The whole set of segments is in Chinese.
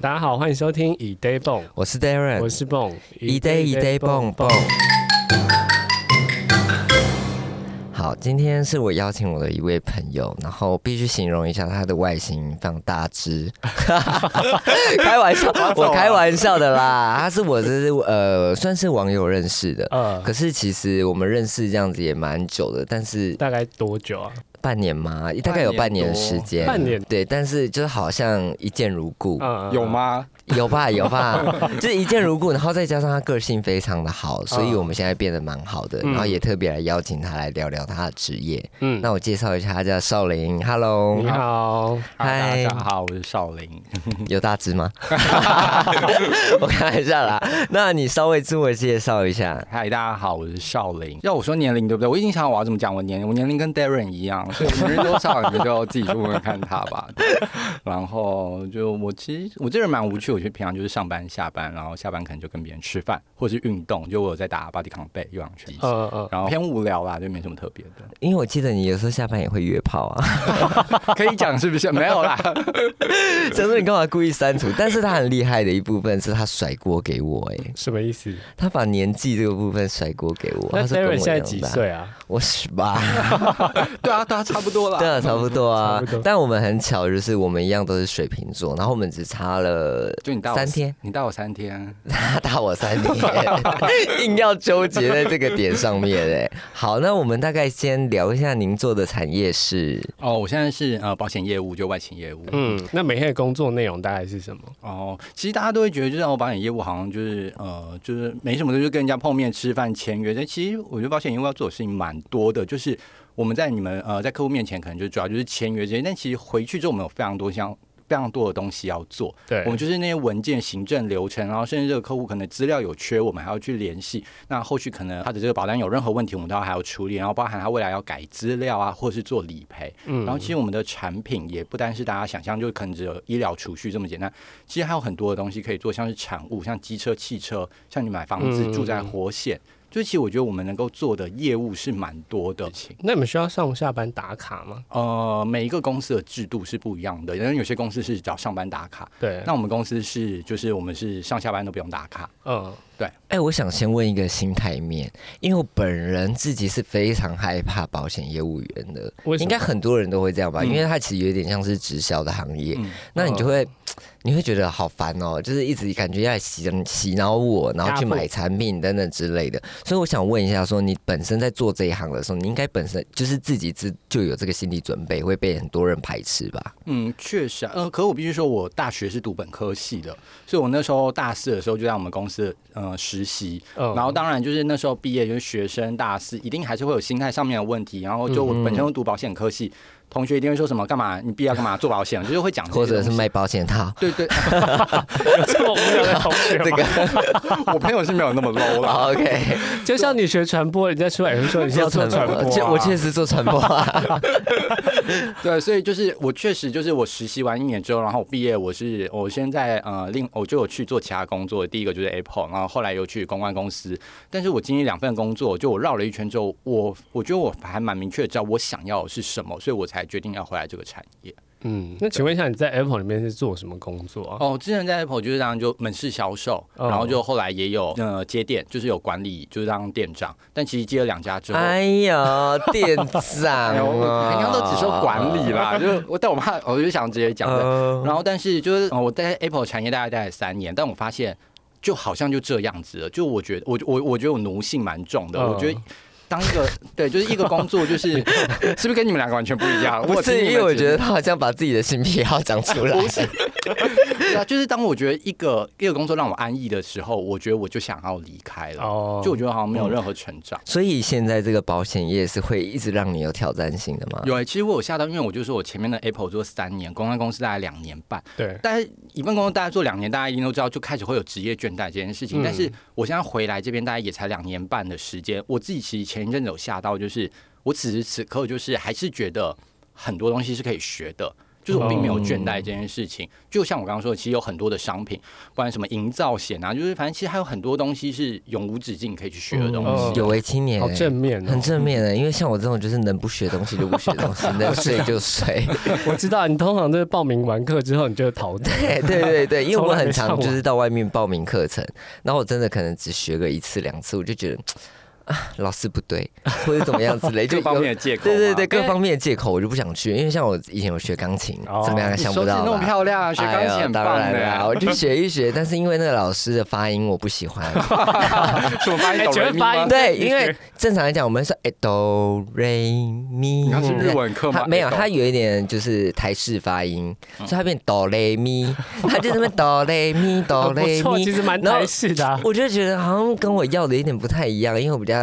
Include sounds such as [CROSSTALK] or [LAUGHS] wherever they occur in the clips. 大家好，欢迎收听以 day 蹦，我是我 Darren，是蹦，一 day 一 day 蹦蹦。好，今天是我邀请我的一位朋友，然后必须形容一下他的外形非常大 [LAUGHS] 只，开玩 [LAUGHS] 笑，啊我开玩笑的啦。他是我这是呃算是网友认识的，呃，可是其实我们认识这样子也蛮久的，但是大概多久啊？半年嘛，大概有半年的时间，半年对，但是就是好像一见如故，嗯有？吗？ [LAUGHS] 有吧有吧，就是一见如故，然后再加上他个性非常的好，所以我们现在变得蛮好的，啊嗯然后也特别来邀请他来聊聊他的职业。嗯，那我介绍一下，他叫少林，Hello，你好，嗨嗨，大家好，我是少林。 [LAUGHS] 有大 [LAUGHS] 只吗？我开玩笑啦，那你稍微自我介绍一下。嗨，大家好，我是少林。要我说年龄对不对？我已经想好我要怎么讲我年龄，我年龄跟 Darren 一样，所以我年龄多少你们就自己去问问看他 [LAUGHS] 吧。对然后就我其实我这人蛮无趣，我就平常就是上班下班，然后下班可能就跟别人吃饭或是运动，就我有在打 body c o m b a 有氧拳击。呃呃，然后偏无聊啦，就没什么特别 [LAUGHS] 的，因为我记得你有时候下班也会约炮 [LAUGHS] 啊，可以讲是不是？没有啦，真的你干嘛故意删除？但是他很厉害的一部分是他甩锅给我、欸，什么意思？他把年纪这个部分甩锅给我。那他说跟我 Darren 一样现在几大？岁啊？我十八，对啊，对啊，差不多啦。对啊，差不多啊 [LAUGHS] 差不多。但我们很巧，就是我们一样都是水瓶座，然后我们只差了就你大我三天， [LAUGHS] 你大我三天，他大我三年，硬要纠结在这个点上面哎。 [LAUGHS] 好，那我们大概先聊一下您做的产业是哦，我现在是呃保险业务，就外勤业务。嗯，那每天的工作内容大概是什么？哦，其实大家都会觉得，就是哦，保险业务好像就是呃，就是没什么，就是跟人家碰面、吃饭、签约。但其实我觉得保险业务要做的事情蛮多的，就是我们在你们呃在客户面前可能就主要就是签约这些，但其实回去之后我们有非常多项。非常多的东西要做，对我们就是那些文件、行政流程，然后甚至这个客户可能资料有缺，我们还要去联系。那后续可能他的这个保单有任何问题，我们都要还要处理，然后包含他未来要改资料啊，或者是做理赔。嗯然后其实我们的产品也不单是大家想象，就可能只有医疗储蓄这么简单，其实还有很多的东西可以做，像是产物，像机车、汽车，像你买房子、嗯住宅、活险。就其实我觉得我们能够做的业务是蛮多的事情。那你们需要上下班打卡吗？呃，每一个公司的制度是不一样的，因为有些公司是找上班打卡，对，那我们公司是就是我们是上下班都不用打卡。嗯，哎、我想先问一个心态面，因为我本人自己是非常害怕保险业务员的，为什应么该很多人都会这样吧，嗯因为它其实有点像是直销的行业，嗯那你就会。你会觉得好烦哦，就是一直感觉要来洗洗脑我，然后去压迫买产品等等之类的。所以我想问一下，说你本身在做这一行的时候，你应该本身就是自己自就有这个心理准备，会被很多人排斥吧？嗯，确实啊，呃，可我必须说，我大学是读本科系的，所以我那时候大四的时候就在我们公司呃实习，嗯 [LAUGHS] 然后当然就是那时候毕业就是学生大四，一定还是会有心态上面的问题。然后就我本身又读保险科系，同学一定会说什么干嘛你毕业要干嘛做保险，就是会讲这些或者是东西卖保险套？对 [LAUGHS] 对，有这么无聊的同学这吗？个我朋友是没有那么 low 啦。好 [LAUGHS] OK，就像你学传播，人家出来也会说你是要做传播啊，就我确实做传播 [LAUGHS] 啊。对，所以就是我确实就是我实习完一年之后，然后我毕业，我是我现在呃另我就有去做其他工作，第一个就是 Apple，然后后来又去公关公司，但是我经历两份工作，就我绕了一圈之后，我我觉得我还蛮明确地知道我想要的是什么，所以我才决定要回来这个产业。嗯，那请问一下，你在 Apple 里面是做什么工作啊？哦，之前在 Apple 就是当就门市销售，哦然后就后来也有呃接店，就是有管理，就是当店长，但其实接了两家之后。哎呀，店长哎呦啊，我平常都只说管理啦，就是我，但我怕，我就想直接讲的，嗯然后，但是就是呃我在 Apple 产业大概待了三年，但我发现就好像就这样子了。就我觉得，我我我觉得我奴性蛮重的。嗯我觉得当一个对，就是一个工作，就是 [LAUGHS] 是不是跟你们两个完全不一样？ [LAUGHS] [LAUGHS] 不我听是，你因们为我节觉得目他好像把自己的性癖好讲出 [LAUGHS] 来。对啊，就是当我觉得一个一个工作让我安逸的时候，我觉得我就想要离开了。哦，就我觉得好像没有嗯任何成长。所以现在这个保险业是会一直让你有挑战性的吗？有、欸，其实我有吓到，因为我就说我前面的 Apple 做三年，公关公司大概两年半，对，但是一份工作大家做两年，大家一定都知道，就开始会有职业倦怠这件事情。嗯但是我现在回来这边，大概也才两年半的时间。我自己其实前一阵子有吓到，就是我此时此刻就是还是觉得很多东西是可以学的，就是我并没有倦怠这件事情。就像我刚刚说的，其实有很多的商品，不管什么营造险啊，就是反正其实还有很多东西是永无止境可以去学的东西。哦有为青年、欸好正面、哦，很正面欸的，因为像我这种就是能不学东西就不学 [LAUGHS] 东西，能睡就睡。我知道你通常都是报名完课之后你就逃走，啊 [LAUGHS] 对欸对对对，因为我很常从来没上过就是到外面报名课程，然后我真的可能只学个一次两次，我就觉得啊，老师不对，或者怎么样之类，就各有方面的借口嘛，对对对，跟各方面的借口我就不想去，因为像我以前有学钢琴，哦怎么样你想手不指到那么吧？漂亮，啊学钢琴哎呦很当棒然的啊啦，呀。我就学一学，但是因为那个老师的发音我不喜 [LAUGHS] 欢，哦什么发音？哎哆觉得来咪发音吗对，因为正常来讲我们是哎哆瑞咪，你要是日文课吗他？嗯没有，哎他有一点就是台式发音，嗯所以他变哆来 [LAUGHS] 咪，他就这边哆来咪哆很 [LAUGHS] 不来错，其咪。实蛮台式的、啊，我就觉得好像跟我要的有点不太一样，因为我比较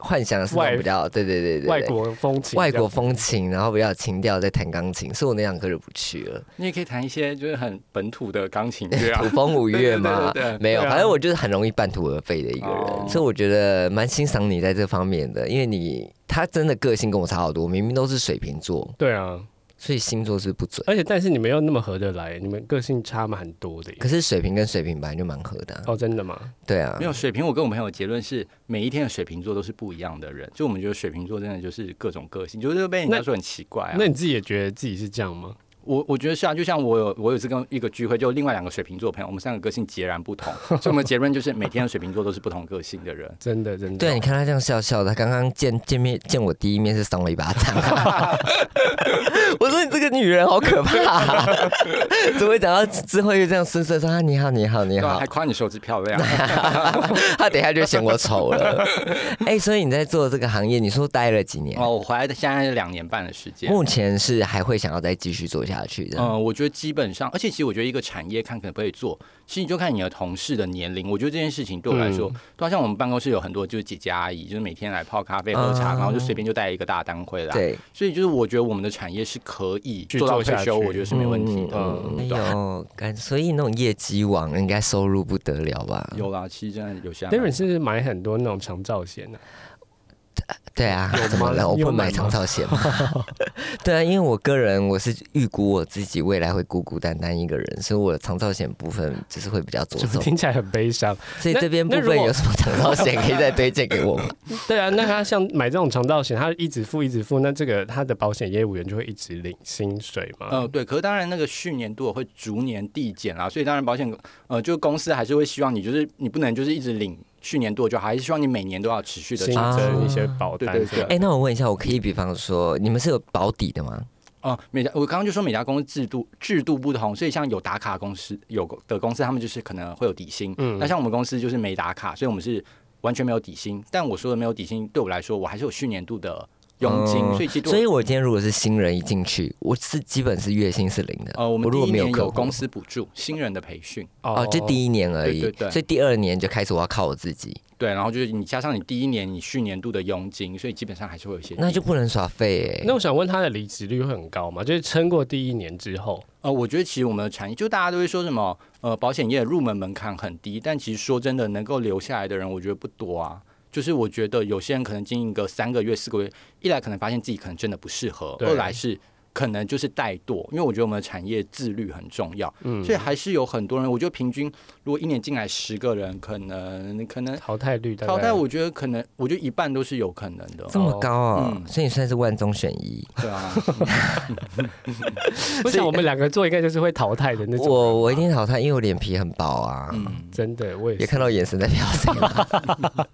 幻想的是那外种比较对对 [LAUGHS] 对对对外国风情，外国风情，然后比较有情调在弹钢琴，所以我那两科就不去了。你也可以弹一些就是很本土的钢琴乐 [LAUGHS] 啊土。风五月嘛对对对对，没有，对啊反正我就是很容易半途而废的一个哦人，所以我觉得蛮欣赏你在这方面的，因为你他真的个性跟我差好多，明明都是水瓶座，对啊，所以星座是不准。而且但是你们又那么合得来，你们个性差蛮多的耶。可是水瓶跟水瓶本来就蛮合的啊、哦，真的吗？对啊没，有水瓶，我跟我朋友的结论是，每一天的水瓶座都是不一样的人。就我们觉得水瓶座真的就是各种个性，就是被人家那说很奇哎怪啊。那你自己也觉得自己是这样吗？我我觉得是啊，就像我有我有一次跟一个聚会，就另外两个水瓶座朋友，我们三个个性截然不同，所以我们结论就是每天的水瓶座都是不同个性的人。真的，真的。对啊，你看他这样笑笑的，他刚刚见见面见我第一面是扇我一巴 [LAUGHS] 掌， [LAUGHS] 我说你这个女人好可怕、啊 [LAUGHS] 怎么会讲到之后又这样顺顺说啊你好你好你对啊，好还，夸你手指漂亮，他等一下就嫌我丑 [LAUGHS] 了。哎、所以你在做这个行业，你说待了几年？哦，我回来的现在是两年半的时间。目前是还会想要再继续做下去的。嗯，我觉得基本上，而且其实我觉得一个产业看可不可以做，其实你就看你的同事的年龄。我觉得这件事情对我来嗯说，对啊，像我们办公室有很多就是姐姐阿姨，就是每天来泡咖啡喝啊茶，嗯然后就随便就带一个大单回来。对，所以就是我觉得我们的产业是可以去做到做退下休，去我觉得是没问题的。嗯哎对啊呦，感所以那种业绩网应该收入不得了吧？有啦，其实真的有些还 d a r 蛮 i n 哎是不是买很多那种长照险啊的，对啊有，怎么吗了？我你有不买买长吗照险吗？对啊，因为我个人我是预估我自己未来会孤孤单单一个人，所以我的长照险部分就是会比较着怎么重。听起来很悲伤？ [LAUGHS] 所以那这边部那如分果有什么长照险可以再推荐给我吗？对啊，那他像买这种长照险，他一直付一直付，那这个他的保险业务员就会一直领薪水嘛？嗯呃，对，可是当然那个去年度会逐年递减啦，所以当然保险呃，就公司还是会希望你就是你不能就是一直领去年度就好，还是希望你每年都要持续的新啊增一些保单对对什么的，哎、那我问一下，我可以比方说，你们是有保底的吗？哦，每家我刚刚就说每家公司制度制度不同，所以像有打卡公司有的公司，他们就是可能会有底薪。嗯那像我们公司就是没打卡，所以我们是完全没有底薪。但我说的没有底薪，对我来说，我还是有去年度的佣金，嗯所以其实所以我我今天如果是新人一进去，我是基本是月薪是零的。呃，我们如第果一没有年客有户公司补助新人的培训，哦，就第一年而已。对对对所以第二年就开始我要靠我自己，对，然后就是你加上你第一年你去年度的佣金，所以基本上还是会有一些。那就不能耍废哎、那我想问他的离职率会很高吗？就是撑过第一年之后，呃，我觉得其实我们的产业，就大家都会说什么，呃，保险业入门门槛很低，但其实说真的，能够留下来的人，我觉得不多啊。就是我觉得有些人可能经营个三个月、四个月，一来可能发现自己可能真的不适合，对二来是可能就是怠惰，因为我觉得我们的产业自律很重要，嗯所以还是有很多人，我觉得平均如果一年进来十个人，可能可能淘汰率大概淘汰，我觉得可能我觉得一半都是有可能的，这么高啊、嗯所以你算是万中选一。[LAUGHS] 对啊，我想我们两个做应该就是会淘汰的那种。我我一定淘汰，因为我脸皮很薄啊。嗯。真的，我也也是。看到眼神在飘 [LAUGHS] 谁了，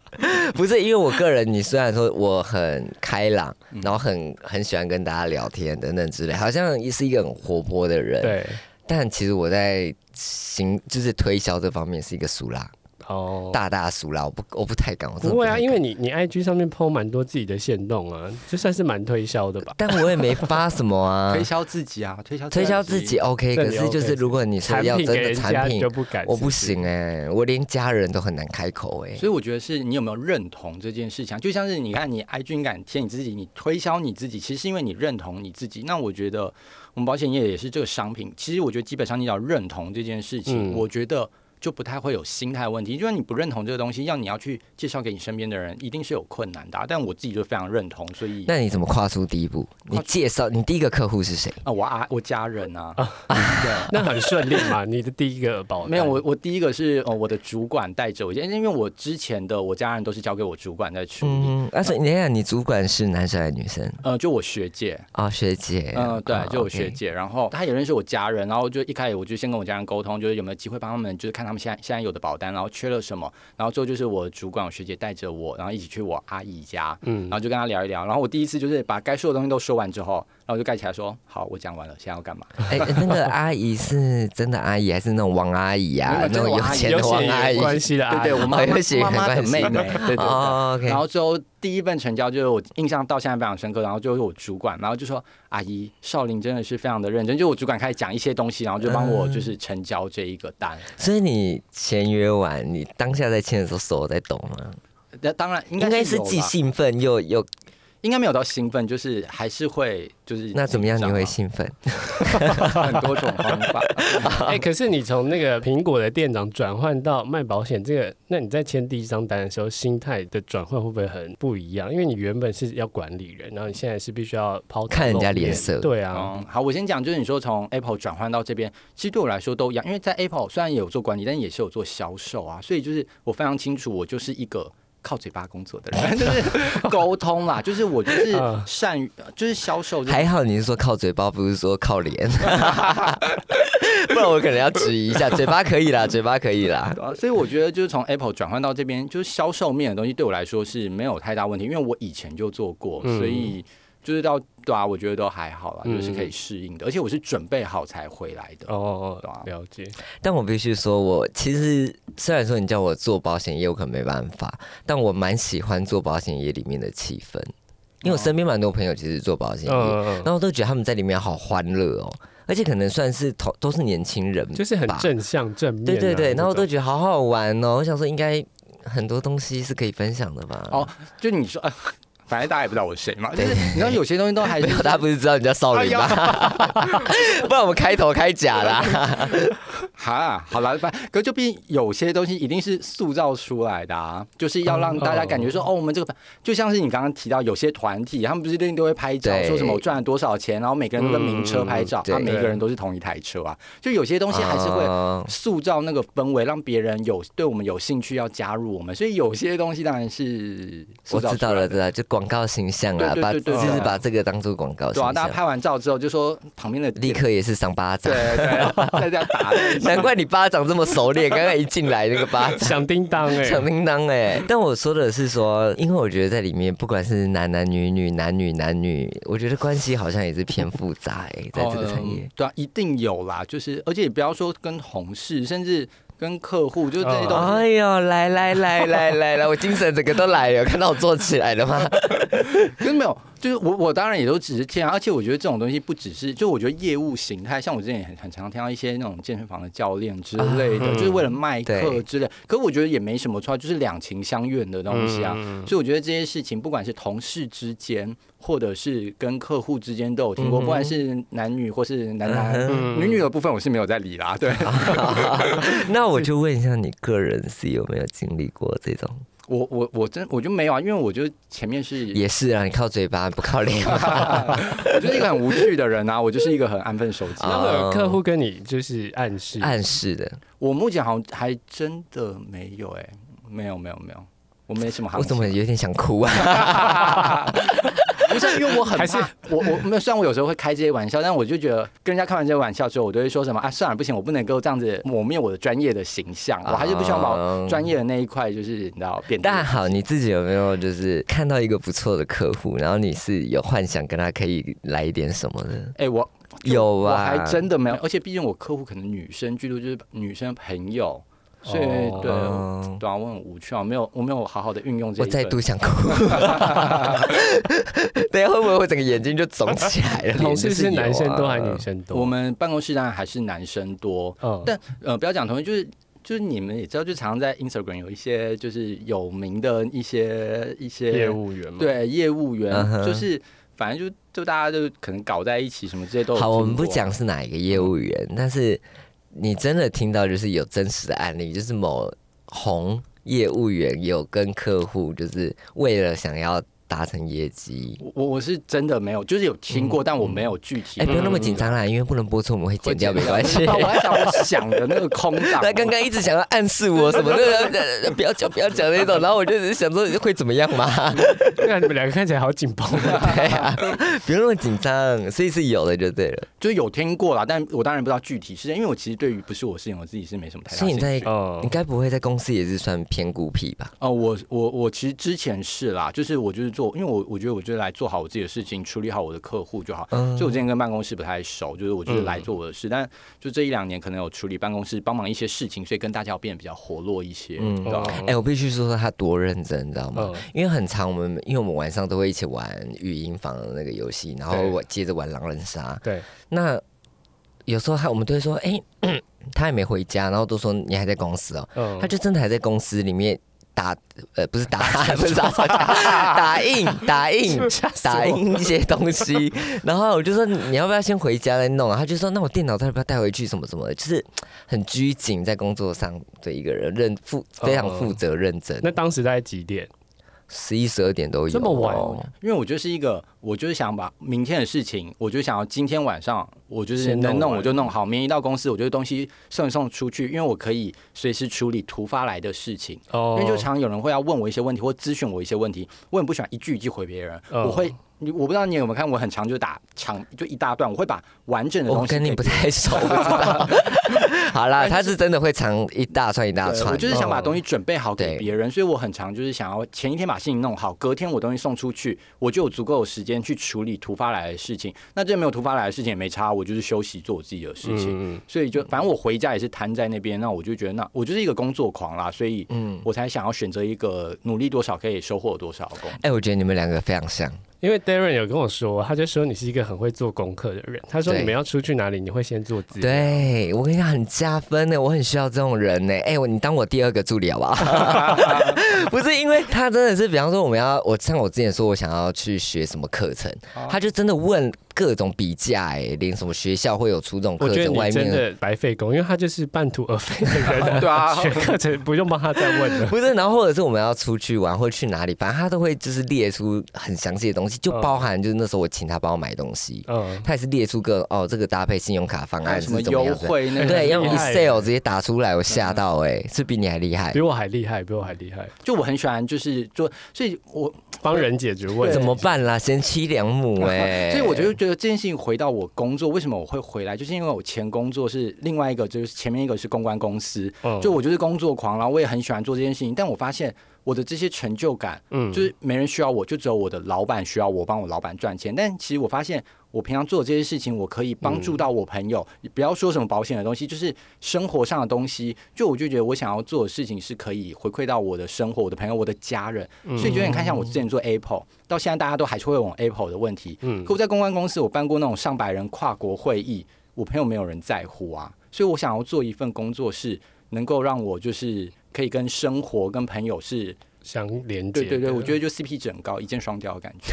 不是因为我个人，你虽然说我很开朗，嗯然后很很喜欢跟大家聊天等等之类，好像是一个很活泼的人，对，但其实我在行就是推销这方面是一个俗辣，哦，大大俗辣，我不我不太敢，我真的不会太啊，敢因为你你 IG 上面 PO 蛮多自己的线动啊，就算是蛮推销的吧。但我也没发什么啊 [LAUGHS] 推，销自己啊，推销推销自己 OK，这可里是 OK，就是如果你说产要品真给的人产家品就，不敢，我不是是行哎、我连家人都很难开 [LAUGHS] 口哎、所以我觉得是你有没有认同这件事情啊，就像是你看你 IG 敢贴你自己，你推销你自己，其实是因为你认同你自己。那我觉得我们保险业也是这个商品，其实我觉得基本上你只要认同这件事情，嗯我觉得。就不太会有心态问题。就是你不认同这个东西，要你要去介绍给你身边的人，一定是有困难的啊、但我自己就非常认同，所以那你怎么跨出第一步？你介绍你第一个客户是谁？啊，我啊，我家人 [LAUGHS] 啊，对。那很顺利嘛？你的第一个保单没有，我我第一个是呃，我的主管带着我，因为因为我之前的我家人都是交给我主管在处理，嗯，而且你看你主管是男生还是女生？呃，就我学姐，哦，学姐。嗯，对哦，就我 OK 学姐，然后她也认识我家人，然后就一开始我就先跟我家人沟通，就是有没有机会帮他们，就是看他们现在现在有的保单，然后缺了什么，然后最后就是我主管我学姐带着我，然后一起去我阿姨家，嗯然后就跟她聊一聊，然后我第一次就是把该说的东西都说完之后，然后我就盖起来说，好，我讲完了，现在要干嘛？哎、那个阿姨是真的阿姨还是那种王阿姨没啊？有那真种的王有阿姨钱有的王血阿姨缘。关系的阿对对，姨，我妈哦有血缘妈妈的关系妹妹，对对对。哦，OK。然后最后第一份成交就是我印象到现在非常深刻，然后就是我主管，然后就说阿姨少林真的是非常的认真，就我主管开始讲一些东西，然后就帮嗯我就是成交这一个单。所以你签约完，你当下在签的时候手有在抖吗？那、当然应应该该是有既吧兴奋又又应该没有到兴奋，就是还是会就是那怎么样？你紧张啊会兴奋？ [LAUGHS] 很多种方法。嗯 [LAUGHS] 哎、可是你从那个苹果的店长转换到卖保险，这个，那你在签第一张单的时候，心态的转换会不会很不一样？因为你原本是要管理人，然后你现在是必须要抛头看人家露面脸色对啊，嗯，好，我先讲，就是你说从 Apple 转换到这边，其实对我来说都一样，因为在 Apple 虽然也有做管理，但也是有做销售啊，所以就是我非常清楚，我就是一个。靠嘴巴工作的人， [LAUGHS] 就是沟通啦，就是我就是嗯善于，就是销售这，还好你是说靠嘴巴，不是说靠脸， [LAUGHS] 不然我可能要质疑一下。嘴巴可以啦，嘴巴可以啦。啊所以我觉得就是从 Apple 转换到这边，就是销售面的东西对我来说是没有太大问题，因为我以前就做过，嗯所以就是到对啊，我觉得都还好啦，就是可以嗯适应的，而且我是准备好才回来的。哦对啊，了解，但我必须说，我其实虽然说你叫我做保险业，我可能没办法，但我蛮喜欢做保险业里面的气氛，因为我身边蛮多朋友其实做保险业，嗯，然后我都觉得他们在里面好欢乐哦，而且可能算是同都是年轻人吧，嗯就是很正向正面、啊，对对对，然后我这都种觉得好好玩哦，我想说应该很多东西是可以分享的吧。 [LAUGHS] 哦就你说，呃反正大家也不知道我是谁嘛，就是你知道有些东西都 [LAUGHS] 还是没有，他不是知道你叫少林吗？哎 [LAUGHS] 不然我们开头开假啦、 [LAUGHS] 哈，好了，反可就毕竟有些东西一定是塑造出来的啊，就是要让大家感嗯觉说，哦，我们这个就像是你刚刚提到有些团体，他们不是一定都会拍照，对说什么我赚了多少钱，然后每个人都跟名车拍照，嗯他、对每个人都是同一台车啊，就有些东西还是会哦塑造那个氛围，让别人有对我们有兴趣要加入我们，所以有些东西当然是塑我造知出道来了，的。知道了就广告形象啦，对对把对对就是对把这个当做广告形对啊，象，大家拍完照之后就说旁 [LAUGHS] 边的立刻也是赏巴掌对。对，大家打了一 [LAUGHS] 下难怪你巴掌这么熟练，刚刚一进来那个巴掌。[LAUGHS] 响叮当哎、响叮当哎，但我说的是说，因为我觉得在里面，不管是男男女女、男女男女，我觉得关系好像也是偏复杂 [LAUGHS] 哎、在这个产业嗯。对啊，一定有啦，就是而且也不要说跟同事，甚至跟客户，就是这些东西。哎呦，来来来来来来，我精神整个都来了，有看到我坐起来 [LAUGHS] 了吗？可是没有，就是我我当然也都只是这样，而且我觉得这种东西不只是，就我觉得业务形态，像我之前也很很常听到一些那种健身房的教练之类的，啊嗯就是为了卖对课之类，可我觉得也没什么错，就是两情相悦的东西啊。嗯所以我觉得这些事情，不管是同事之间，或者是跟客户之间，都有听过。嗯哼不管是男女，或是男男、嗯女女的部分，我是没有在理啦。对，那我就问一下，你个人是有没有经历过这种？我我我真我就没有啊，因为我就前面是，也是啊，你靠嘴巴不靠 [LAUGHS] 脸。我就是一个很无趣的人啊，我就是一个很安分守己。啊那会有客户跟你就是暗示，哦暗示的，我目前好像还真的没有哎、没有没有没有，我没什么行我情。怎么有点想哭啊？ [LAUGHS] 不是啊因为我很还是怕，我我没有，虽然我有时候会开这些玩笑，但我就觉得跟人家开完这些玩笑之后，我都会说什么啊，算了，不行，我不能够这样子抹灭我的专业的形象， [LAUGHS] 我还是不希望把我专业的那一块就是你知道变啊哦但大。好，你自己有没有就是看到一个不错的客户，然后你是有幻想跟他可以来一点什么的？哎、我有我啊，还真的没有，而且毕竟我客户可能女生居多，就是女生朋友，所以、哦对。嗯对啊，我很无趣啊，没有，我没有好好的运用这一我份。再度想哭， [LAUGHS] [LAUGHS] 等一下会不会我整个眼睛就肿起来了？同事是脸就有啊男生多还是女？生多？我哦们办公室当然还是男生多，嗯但呃，不要讲同学，就是就是你们也知道，就常常在 Instagram 有一些就是有名的一些一些业务员 [LAUGHS] 嘛，对业务员嗯哼就是反正就就大家就可能搞在一起，什么这些都有好，我们听过啊不讲是哪一个业务员，但是你真的听到就是有真实的案例，就是某红业务员有跟客户就是为了想要达成业绩，我我是真的没有，就是有听过，但我没有具体。嗯哎、不用那么紧张嗯啦，因为不能播出，我们会剪掉，没关系。 [LAUGHS] 我在想我想的那个空 [LAUGHS] 档，哦他刚刚一直想要暗示我什么，那个呃不要讲不要讲那种，然后我就只是想说会怎么样嘛，对啊，你们两个看起来好紧绷。 [LAUGHS] 对啊，不用那么紧张，所以是有的就对了。就是有听过啦，但我当然不知道具体是，因为我其实对于不是我事情，我自己是没什么太大所以兴你趣。在哦你，该不会在公司也是算偏孤僻吧？哦，我我我其实之前是啦，就是我就是做，因为我我觉得我就是来做好我自己的事情，处理好我的客户就好。嗯所以我之前跟办公室不太熟，就是我就是来做我的事，但就这一两年可能有处理办公室帮忙一些事情，所以跟大家有变得比较活络一些。嗯嗯，对啊哦哎、我必须说说他多认真，你知道吗？嗯因为很长，我们因为我们晚上都会一起玩语音房的那个游戏，然后对我接着玩狼人杀。对，那有时候他我们都会说，哎、他还没回家，然后都说你还在公司哦，嗯他就真的还在公司里面。打呃不 [LAUGHS] 是打不是打打印打印 [LAUGHS] 打印一些东西，然后我就说你要不要先回家再弄、啊？他就说那我电脑要不要带回去什么什么的，就是很拘谨在工作上的一个人，认负非常负责认真。嗯那当时大概几点？十一、十二点都有。哦这么晚因为我就是一个，我就是想把明天的事情，我就想要今天晚上，我就是先弄能弄完我就弄好，明天一到公司，我就东西送一送出去，因为我可以随时处理突发来的事情。哦因为就常有人会要问我一些问题，或咨询我一些问题，我很不喜欢一句一句回别人，哦我会。你我不知道你有没有看，我很常就打长就一大段，我会把完哦整的东我西跟你给不太熟， [LAUGHS] 我不知道。好啦，他是真的会藏一大串一大对串。我就是想把东西准备好哦对给别人，所以我很常就是想要前一天把事情弄好，隔天我东西送出去，我就有足够的时间去处理突发来的事情。那这没有突发来的事情也没差，我就是休息做我自己的事情。嗯，所以就反正我回家也是瘫在那边，那我就觉得那我就是一个工作狂啦，所以嗯，我才想要选择一个努力多少可以收获多少的工作。哎、我觉得你们两个非常像。因为 Darren 有跟我说，他就说你是一个很会做功课的人。他说对你们要出去哪里，你会先做资料。对我跟你讲，很加分呢，我很需要这种人呢。哎、我你当我第二个助理好不好？ [LAUGHS] 不是，因为他真的是，比方说我们要，我像我之前说，我想要去学什么课程，哦他就真的问各种比价，哎，连什么学校会有出这种我课觉得程，外你真面的白费工，因为他就是半途而废的人。[LAUGHS] 对啊选课程不用帮他再问了。 [LAUGHS] 不是，然后或者是我们要出去玩，或者去哪里，反正他都会就是列出很详细的东西，就嗯包含就是那时候我请他帮我买东西，嗯，他也是列出个哦，这个搭配信用卡方还案有哎是什么怎么优样的。[LAUGHS] 惠那个对，用很厉害耶 Excel 直接打出来，我嗯吓到哎、是比你还厉害比。我还厉害，比我还厉害，就我很喜欢，就是做，所以我帮人解决问对题怎。么办啦？贤妻良母哎、 [LAUGHS] 所以我就觉得这件事情回到我工作，为什么我会回来，就是因为我前工作是另外一个，就是前面一个是公关公司，嗯就我就是工作狂，然后我也很喜欢做这件事情，但我发现我的这些成就感，嗯就是没人需要我，就只有我的老板需要我帮我老板赚钱，但其实我发现。我平常做这些事情，我可以帮助到我朋友。不要说什么保险的东西，就是生活上的东西。就我就觉得我想要做的事情是可以回馈到我的生活、我的朋友、我的家人。所以就有点看像我之前做 Apple，到现在大家都还是会问我 Apple 的问题。嗯可我在公关公司，我办过那种上百人跨国会议，我朋友没有人在乎啊。所以我想要做一份工作是能够让我就是可以跟生活、跟朋友是，想连接对的。对对，我觉得就 CP 值很高，一箭双雕的感觉。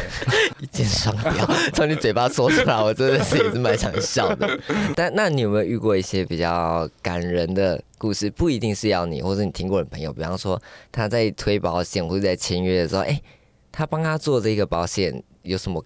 一箭双雕， [LAUGHS] 从你嘴巴说出来，我真的是也是蛮想笑 [LAUGHS] 的。但那你有没有遇过一些比较感人的故事？不一定是要你，或者你听过的朋友，比方说他在推保险或者在签约的时候，哎、他帮他做这个保险有什么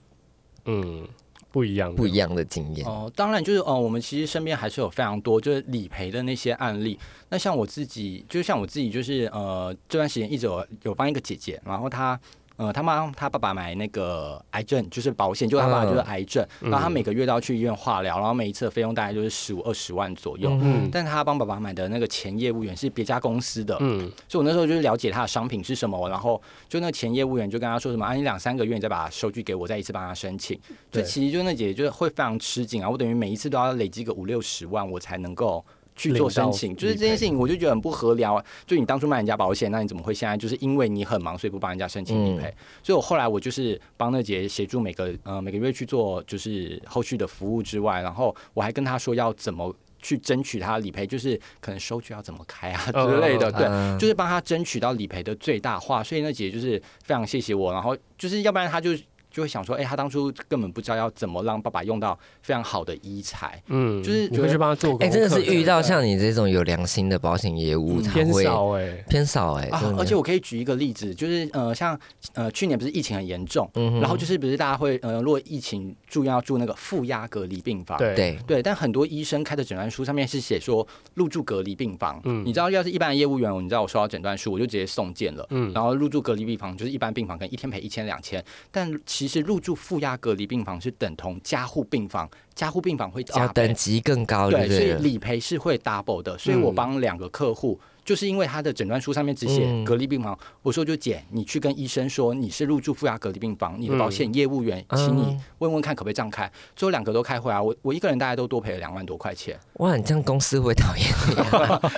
嗯，不一样的，不一样的经验？哦，当然就是哦，我们其实身边还是有非常多就是理赔的那些案例。那像我自己，就像我自己，就是呃，这段时间一直有有帮一个姐姐，然后她。呃，她妈她爸爸买那个癌症，就是保险，就是她爸爸就是癌症，然后她每个月都要去医院化疗，然后每一次的费用大概就是十五二十万左右。嗯但她帮爸爸买的那个前业务员是别家公司的，嗯所以我那时候就是了解他的商品是什么，然后就那前业务员就跟他说什么，啊，你两三个月你再把收据给我，再一次帮他申请。对就其实就那姐姐就是会非常吃紧啊，我等于每一次都要累积个五六十万，我才能够。去做申请，领到就是这件事情，我就觉得很不合理啊！就你当初卖人家保险，那你怎么会现在就是因为你很忙，所以不帮人家申请嗯理赔？所以我后来我就是帮那姐协助每个呃每个月去做就是后续的服务之外，然后我还跟她说要怎么去争取她的理赔，就是可能收据要怎么开啊嗯之类的，嗯对。嗯就是帮他争取到理赔的最大化，所以那姐就是非常谢谢我，然后就是要不然他就就会想说，哎、他当初根本不知道要怎么让爸爸用到非常好的医材。嗯，就是你觉会得去帮他做功课，哎、真的是遇到像你这种有良心的保险业务，嗯他偏会少哎，偏少哎、真啊，的而且我可以举一个例子，就是呃，像呃去年不是疫情很严重，嗯哼然后就是不是大家会呃，如果疫情住院要住那个负压隔离病房，对对，对，但很多医生开的诊断书上面是写说入住隔离病房。嗯你知道，要是一般的业务员，你知道我收到诊断书，我就直接送件了。嗯然后入住隔离病房就是一般病房，可能一天赔一千两千。但其实入住负压隔离病房是等同加护病房，加护病房会要加倍等。级更高，哦对啊对，不所以对？理赔是会 double 的。所以我帮两个客户，就是因为他的诊断书上面只写嗯隔离病房，我说就姐，你去跟医生说你是入住负压隔离病房，你的嗯保险业务员，请你嗯问问看可不可以这样开。最后两个都开回来，我我一个人大概都多赔了两万多块钱，哇，你这样公司会讨厌你、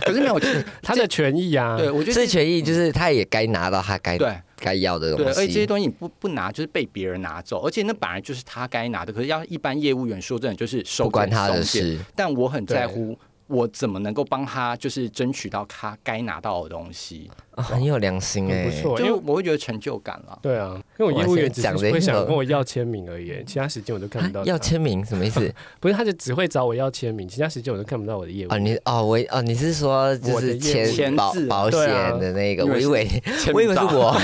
可是没有，[LAUGHS] 其实他的权益啊，对我觉得所以这权益就是他也该拿到他该对。该要的对，东而且这些西。东西你不不拿，就是被别人拿走，而且那本来就是他该拿的。可是要一般业务员说真的，就是收不关件他的送件事，但我很在对乎，我怎么能够帮他，就是争取到他该拿到的东西，哦很有良心哎、很不错，因就为。我会觉得成就感 [LAUGHS] 了。对啊，因为我哇业务员现只在是讲得会想有跟我要签名而已，其他时间我都看啊不到他。要签名什么意思不是，他就只会找我要签名，其他时间我都看不到我的业务哦，。你哦我哦你是说就我的是业务签签保字啊保险对啊的那个？因我为以为是我以为是我，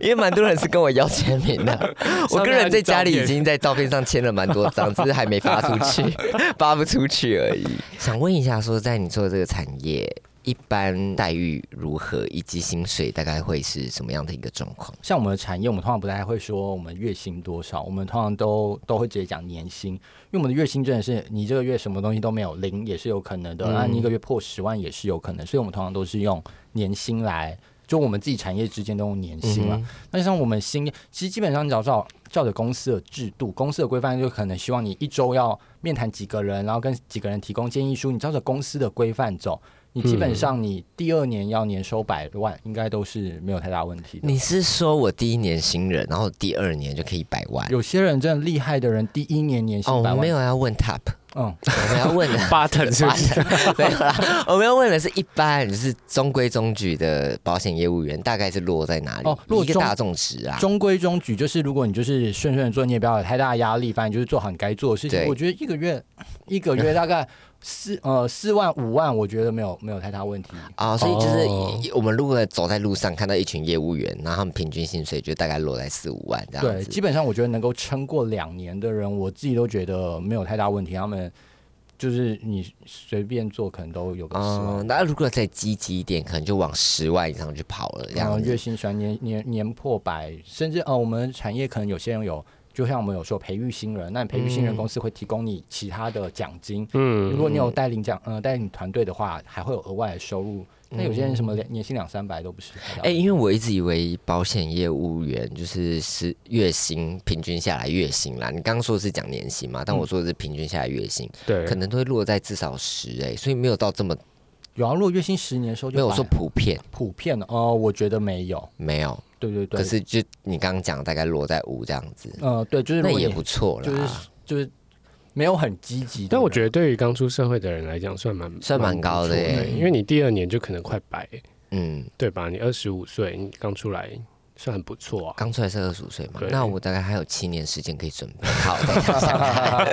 因为蛮多人是跟我要签名的。我个人在家里已经在照片上签了蛮多张，只是还没发出去， [LAUGHS] 发不出去而已。想问一下，说在你做这个产业，一般待遇如何，以及薪水大概会是什么样的一个状况？像我们的产业，我们通常不太会说我们月薪多少，我们通常都都会直接讲年薪，因为我们的月薪真的是你这个月什么东西都没有，零也是有可能的，嗯那、你一个月破十万也是有可能，所以我们通常都是用年薪来，就我们自己产业之间都用年薪了。嗯那像我们新，其实基本上你只要照照着公司的制度、公司的规范，就可能希望你一周要面谈几个人，然后跟几个人提供建议书。你照着公司的规范走，你基本上你第二年要年收百万，应该都是没有太大问题的。你是说我第一年新人，然后第二年就可以百万？有些人真的厉害的人，第一年年哦，薪我百们没万，有要问 top，嗯，我们要问 [LAUGHS] 的 button 是不是？没有啦，我们要问的是一般就是中规中矩的保险业务员，大概是落在哪里？哦落一个中大众值啊，中规中矩。就是如果你就是顺顺的做，你也不要有太大的压力，反正你就是做好你该做的事情。对我觉得一个月一个月大概四呃四万五万，我觉得没有没有太大问题。哦，所以就是哦一我们如果走在路上看到一群业务员，然后他们平均薪水就大概落在四五万这样对，子。基本上我觉得能够撑过两年的人，我自己都觉得没有太大问题。他们就是你随便做，可能都有个十哦万，。那如果再积极一点，可能就往十万以上去跑了这然后样月子。薪喜欢年年年破百，甚至呃，我们产业可能有些人有，就像我们有说培育新人，那你培育新人嗯公司会提供你其他的奖金。如嗯，果你有带领奖，呃，带领团队的话，还会有额外的收入。那有些人什么两年薪两三百都不是。嗯哎、因为我一直以为保险业务员就是是月薪平均下来月薪啦，你刚刚说是讲年薪嘛，但我说的是平均下来月薪，对可，能都会落在至少十哎、所以没有到这么有啊，如果月薪十年收就没有我百说普遍普遍的，呃，我觉得没有。没有，对对对。可是就你刚刚讲大概落在五这样子，呃，对，就是如那果也你不错啦，就是就是没有很积极的人，但我觉得对于刚出社会的人来讲，算蛮算蛮高的不错耶因为你第二年就可能快百，嗯，对吧？你二十五岁，你刚出来算很不错啊。刚出来是二十五岁嘛对，那我大概还有七年时间可以准备好再想想 [LAUGHS] 看。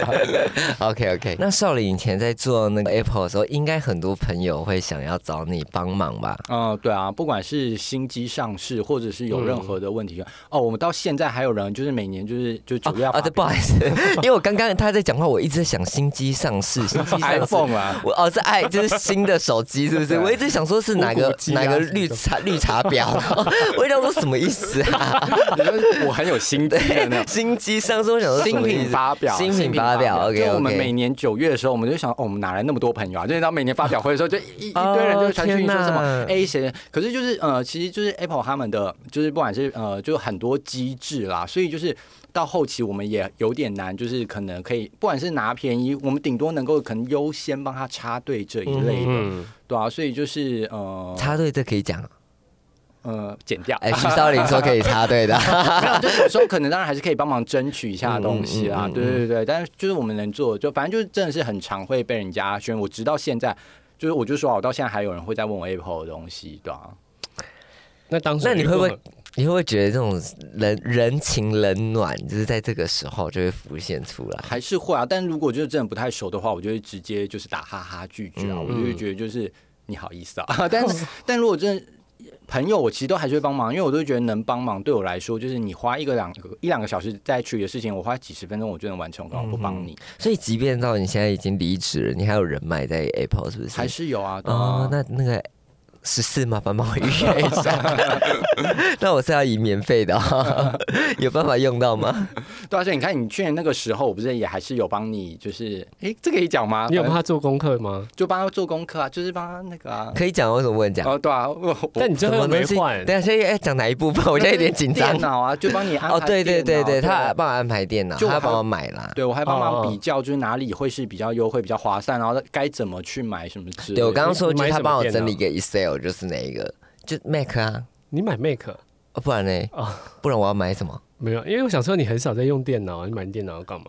OK OK，那少林以前在做那个 Apple 的时候，应该很多朋友会想要找你帮忙吧？嗯，对啊，不管是新机上市，或者是有任何的问题，哦，我们到现在还有人就是每年就是就九月要啊，发对，不好意思， [LAUGHS] 因为我刚刚他在讲话，我一直在想新机上 [LAUGHS] 市，新机上市。 iPhone 啊，我哦是爱 [LAUGHS] 就是新的手机是不是？对啊我一直想说是哪无个骨机啊哪个什么绿的茶绿茶婊， [LAUGHS] 然后我就想说什么意思啊？ [LAUGHS] 你说我很有心机的那种。新机上市，我想说什新么意品思发表，新品发表就 OK，OK 我们每年九月的时候，我们就想，哦，我们哪来那么多朋友啊？就是到每年发表会的时候，就一一哦堆人就传讯天说哪什么 A 谁，可是就是呃，其实就是 Apple 他们的，就是不管是呃，就很多机制啦，所以就是。到后期我们也有点难，就是可能可以，不管是拿便宜，我们顶多能够可能优先帮他插队这一类的，嗯，对啊，所以就是呃插队这可以讲啊，呃减 [LAUGHS] 掉，哎，徐少林 [LAUGHS] 说可以插队的，没有，就有时候可能当然还是可以帮忙争取一下东西啦，嗯嗯嗯嗯对对对，但是就是我们能做的，就反正就是真的是很常会被人家宣，我直到现在。就是啊我就说啊，我到现在还有人会在问我 Apple 的东西，对吧、那当时那你遇过会不会你会不会觉得这种人人情冷暖，就是在这个时候就会浮现出来？还是会啊，但如果就是真的不太熟的话，我就会直接就是打哈哈拒绝啊，嗯我就会觉得就是你好意思 [LAUGHS] 啊。但是但如果真的朋友，我其实都还是会帮忙，因为我都觉得能帮忙对我来说，就是你花一个两个一两个小时在处理的事情，我花几十分钟我就能完成，我干嘛不帮你？所以即便到你现在已经离职了，你还有人脉在 Apple 是不是？还是有啊，对哦啊，那那个十四麻烦帮我预约一下。 [LAUGHS] 那我是要以免费 [LAUGHS] 的、哦，有办法用到吗？对啊，所以你看，你去年那个时候，我不是也还是有帮你，就是诶，这可以讲吗？你啊有帮反他呃正做功课吗？就帮他做功课啊，就是帮他那个啊。可以讲，为什么不 [LAUGHS] 能讲？哦，对啊，我我 [LAUGHS] 但你最什后么又没东西换等，一下，现在要讲哪一部分？ [LAUGHS] 我现在有点紧张电。脑啊，就帮你安排哦，对对对对，电脑啊他帮我安排电脑，就我他还帮我买啦。对我还帮哦哦忙比较，就是哪里会是比较优惠、比较划算，然后该怎么去买什么之类的。对我刚刚说，你就买是他什么帮我电整理一脑个 Excel，就是那一个，就 Mac 啊，你买 Mac 哦、不然呢？哦不然我要买什么？没有？因为我想说你很少在用电脑，你买电脑要干嘛？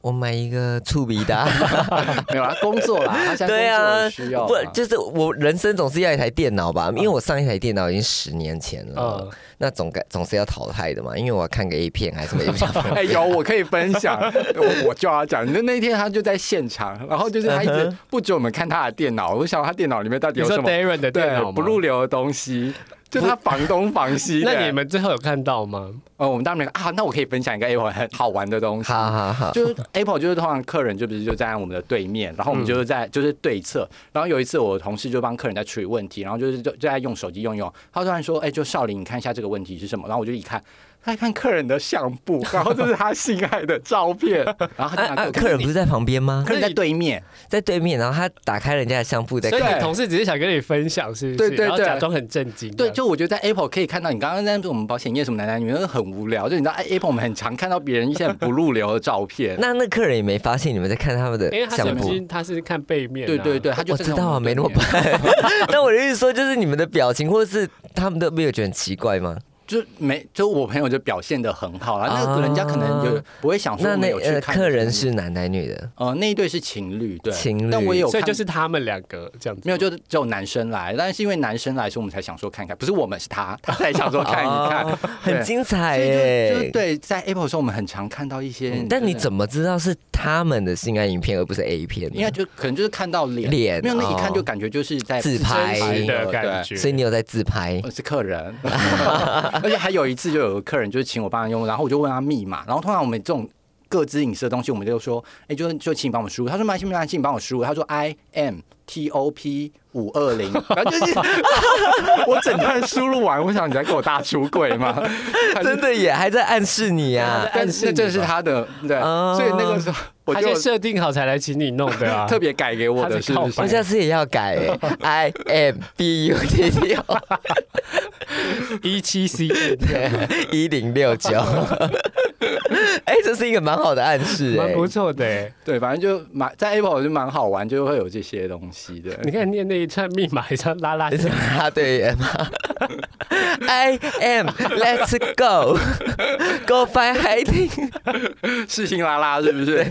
我买一个触笔的啊、没有啊，工作啦，他 [LAUGHS] 现在对工作啊有需要啊嘛，不就是我人生总是要一台电脑吧？因为我上一台电脑已经十年前嗯了，呃，那总该总是要淘汰的嘛。因为我要看个 A 片还是什么 [LAUGHS] A 片， [LAUGHS] 哎、有我可以分享，我我就要讲，那那天他就在现场，然后就是他一嗯直哼不准我们看他的电脑，我想他电脑里面到底你有说什么 Darren 的电对脑吗不？入流的东西，就他防东 [LAUGHS] 防西的。那你们最后有看到吗？呃，我们当然没有啊，那我可以分享一个 Apple 很好玩的东西。好好好，就是 Apple 就是通常客人就不是就站在我们的对面，然后我们就是在、就是对侧，然后有一次我同事就帮客人在处理问题，然后就是就就在用手机用一用，他突然说：“哎、就少林，你看一下这个问题是什么？”然后我就一看，他在看客人的相簿，然后就是他心爱的 [LAUGHS] 照片，然后他啊就拿给啊我看客人不是在旁边吗客？人在对面，在对面，然后他打开人家的相簿在所以看。你同事只是想跟你分享，是不是？对对对然后假装很震惊。这对，样就我觉得在 Apple 可以看到，你刚刚在我们保险业什么男男女人很无聊，就你知道哎 Apple 我们很常看到别人一些很不入流的照片。那那客人也没发现你们在看他们的因为他相手簿机。他是看背面啊，对对对，他就我站知在道啊，没们对那么面笨。 [LAUGHS] 但我的意思说，就是你们的表情，或者是他们都没有觉得很奇怪吗？就没，就我朋友就表现的很好啦，那啊个人家可能就不会想说那哦我那们有去呃，看客人是男男女的？呃那一对是情侣，对，情侣但我也有所看，以就是他们两个这样子。没有，就只有男生来，但是因为男生来，所以我们才想说看看，不是我们是他，他才想说看一看，哦对很精彩所以就就是耶。对，在 Apple 的时候，我们很常看到一些，但你就是怎么知道是他们的性爱影片，而不是 A 片呢？应该就可能就是看到脸，脸没有那一看哦就感觉就是在自拍真实的对感觉，所以你有在自拍我是客人， [LAUGHS] 而且还有一次就有个客人就是请我帮他用，然后我就问他密码，然后通常我们这种各自隐私的东西，我们就说，哎、就就请你帮我输入，他说没关系没关系，你帮我输入，他说 I M T O P 五二零，然后就是 [LAUGHS] 我整段输入完，我想你在给我大出柜吗？他就真的耶，还在暗示你啊呀、但是那这是他的对，哦所以那个时候我他先就设定好才来请你弄的啊。 [LAUGHS] 特别改给我他的，是是靠不白是我？下次也 [LAUGHS] 要改耶，I M B U T T O 一七 C，一零六九。 [LAUGHS] 哎，这是一个蛮好的暗示蛮哎。不错的 [LAUGHS] 欸。对，反正就蛮在 Apple 就蛮好玩，就会有这些东西的。你看念那一串密码，还像拉拉你 [LAUGHS] 是 [LAUGHS] 拉队员吗哎？I am Let's go go find 海景，事情拉拉是不是？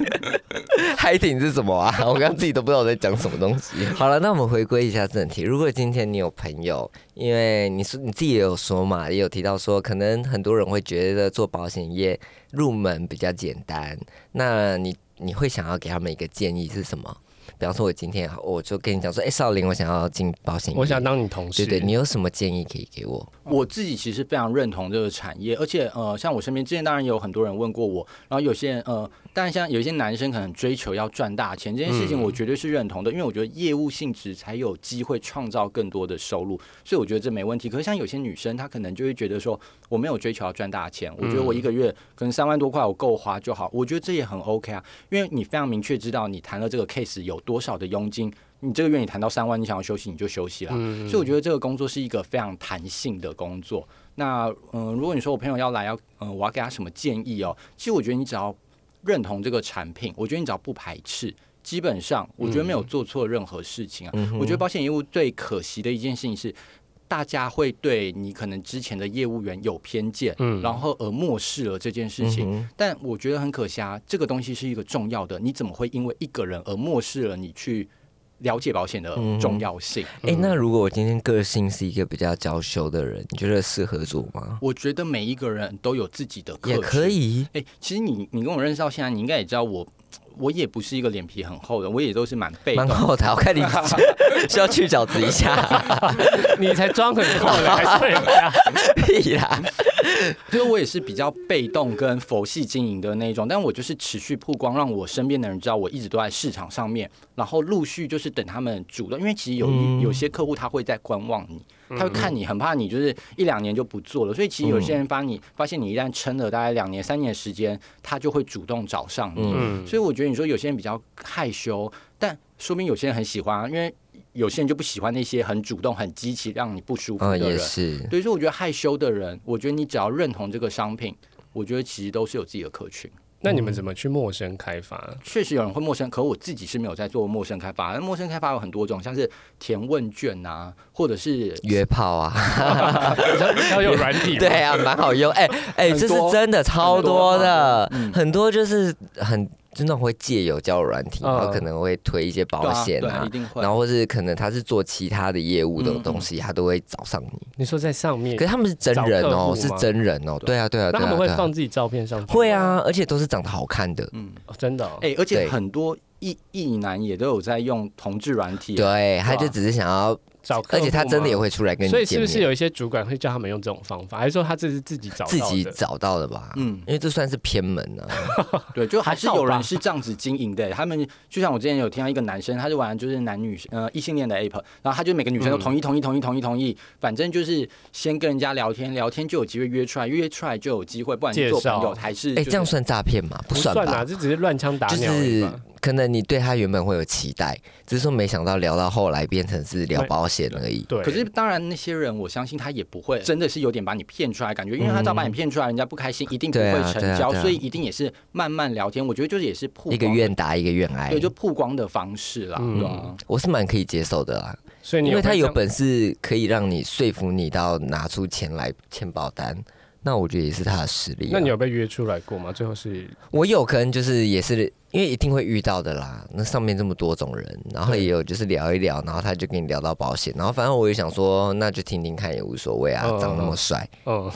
海景是什么啊？ [LAUGHS] 我刚刚自己都不知道我在讲什么东西。 [LAUGHS] 好了，那我们回归一下正题。如果今天你有朋友，因为你说你自己也有说嘛，也有提到说，可能很多人会觉得做保险业入门比较简单，那你你会想要给他们一个建议是什么？比方说，我今天我就跟你讲说，哎、少林，我想要进保险业，我想当你同事，对对，你有什么建议可以给我？我自己其实非常认同这个产业，而且呃，像我身边之前当然有很多人问过我，然后有些人呃，但像有一些男生可能追求要赚大钱这件事情，我绝对是认同的，因为我觉得业务性质才有机会创造更多的收入，所以我觉得这没问题。可是像有些女生，她可能就会觉得说，我没有追求要赚大钱，我觉得我一个月可能三万多块我够花就好，我觉得这也很 OK 啊，因为你非常明确知道你谈了这个 case 有多少的佣金。你这个月你谈到三万，你想要休息你就休息啦。所以我觉得这个工作是一个非常弹性的工作。那嗯、呃如果你说我朋友要来要嗯、我要给他什么建议哦，其实我觉得你只要认同这个产品，我觉得你只要不排斥。基本上，我觉得没有做错任何事情啊。嗯我觉得保险业务最可惜的一件事情是，大家会对你可能之前的业务员有偏见，然后而漠视了这件事情。嗯但我觉得很可惜啊，这个东西是一个重要的，你怎么会因为一个人而漠视了你去了解保险的重要性。哎、那如果我今天个性是一个比较娇羞的人，你觉得适合做吗？我觉得每一个人都有自己的课也可。以，哎、其实你你跟我认识到现在，你应该也知道我，我也不是一个脸皮很厚的，我也都是蛮被动蛮的。好的。我 [LAUGHS] 看你需要去角质一下， [LAUGHS] 你才装很厚嘞，还是人家屁啦！就是我也是比较被动跟佛系经营的那一种，但我就是持续曝光，让我身边的人知道我一直都在市场上面，然后陆续就是等他们主动，因为其实有一、嗯有些客户他会在观望你，他会看你，很怕你就是一两年就不做了，所以嗯其实有些人发你发现你一旦撑了大概两年三年的时间，他就会主动找上你， [LAUGHS] 嗯所以我觉得你说有些人比较害羞，但说明有些人很喜欢啊，因为有些人就不喜欢那些很主动、很积极让你不舒服嗯，的也人。是。对，所以我觉得害羞的人，我觉得你只要认同这个商品，我觉得其实都是有自己的客群。那你们怎么去陌生开 [LAUGHS] 发？确实有人会陌生，可我自己是没有在做陌生开发。那陌生开发有很多种，像是填问卷啊，或者是约炮 [LAUGHS] 啊，你知道你知道有软体吗对啊，蛮好用，哎、哎、很这是多真的超多的，很多嗯很多就是很真的会借有交友软体，然嗯后可能会推一些保险对啊，啊对，一定会然。后或是可能他是做其他的业务的嗯嗯东西，他都会找上你。你说在上面可是，他们是真人嗯找客户哦吗，是真人哦，对啊，对啊，那对他啊，们会对啊放自己照片上去吗？会啊，而且都是长得好看的，嗯，哦，真的哦。哎、而且对很多异异男也都有在用同志软体。对，啊他就只是想要，找啊客户而吗，且他真的也会出来跟所你以是见不面，是有一些主管会叫他们用这种方法，还是说他这是自己找到自的？己找到的吧？嗯因为这算是偏门啊， [LAUGHS] 对，就还是还好有吧人是这样子经营的。欸他们就像我之前有听到一个男生，他就玩就是男女呃异性恋的 app，然后他就每个女嗯生都同意同意同意同意同意，反正就是先跟人家聊天，聊天就有机会约出来，约出来就有机会，不管是做介绍朋友还是哎，就是这样算诈骗吗？不算算啊，吧，这只是乱枪打就鸟而已是吧。可能你对他原本会有期待，只是说没想到聊到后来变成是聊保险而已。对，可是当然，那些人我相信他也不会真的是有点把你骗出来，感觉因为他只要把你嗯骗出来，人家不开心，一定不对啊会成对啊交，对啊所以一定也是慢慢聊天。我觉得就是也是曝光一个愿打一个愿挨对，，就曝光的方式啦，嗯对啊我是蛮可以接受的啦，所以你因为他会这有样本事可以让你说服你到拿出钱来签保单，那我觉得也是他的实力啊、那你有被约出来过吗？最后是我有可能就是也是因为一定会遇到的啦，那上面这么多种人，然后也有就是聊一聊，然后他就跟你聊到保险，然后反正我也想说那就听听看也无所谓啊嗯，长那么帅， [LAUGHS] 嗯，哦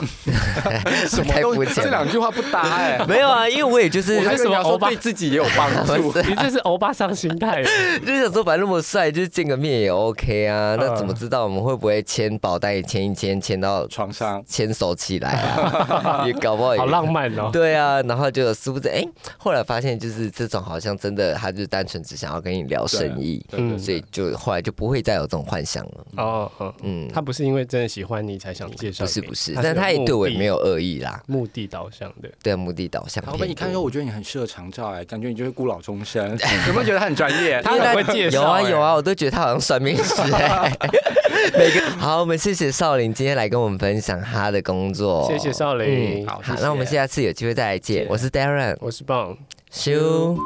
什么太都肤浅这了。两句话不搭哎、没有啊，因为我也就是 [LAUGHS] 我还以为你要欧说巴对自己也有帮助。啊你这是欧巴桑心 [LAUGHS] 态耶，就想说，反正那么帅，就是见个面也 OK 啊。那嗯怎么知道我们会不会签保单也签一签，签到床上牵手起来 [LAUGHS] 啊？也搞不好也好浪漫哦。对啊，然后就殊不知，哎、后来发现就是这种好像真的，他就是单纯只想要跟你聊生意，对对嗯所以就后来就不会再有这种幻想了。哦，哦嗯，他不是因为真的喜欢你才想介绍不给你，是不是，但他有也对我目也的没有恶意啦，目的导向的。对目的导向然后被你看偏说，多。我觉得你很适合长照哎、感觉你就是孤老终生，有没有觉 [LAUGHS] 得他很专业？他很会介绍有啊欸有啊，我都觉得他好像算命 [LAUGHS] 师、欸。每个好，我们谢谢少林今天来跟我们分享他的工作，谢谢少林哦嗯好哎好谢谢，那我们下次有机会再来见。我是 Darren，我是棒。咻。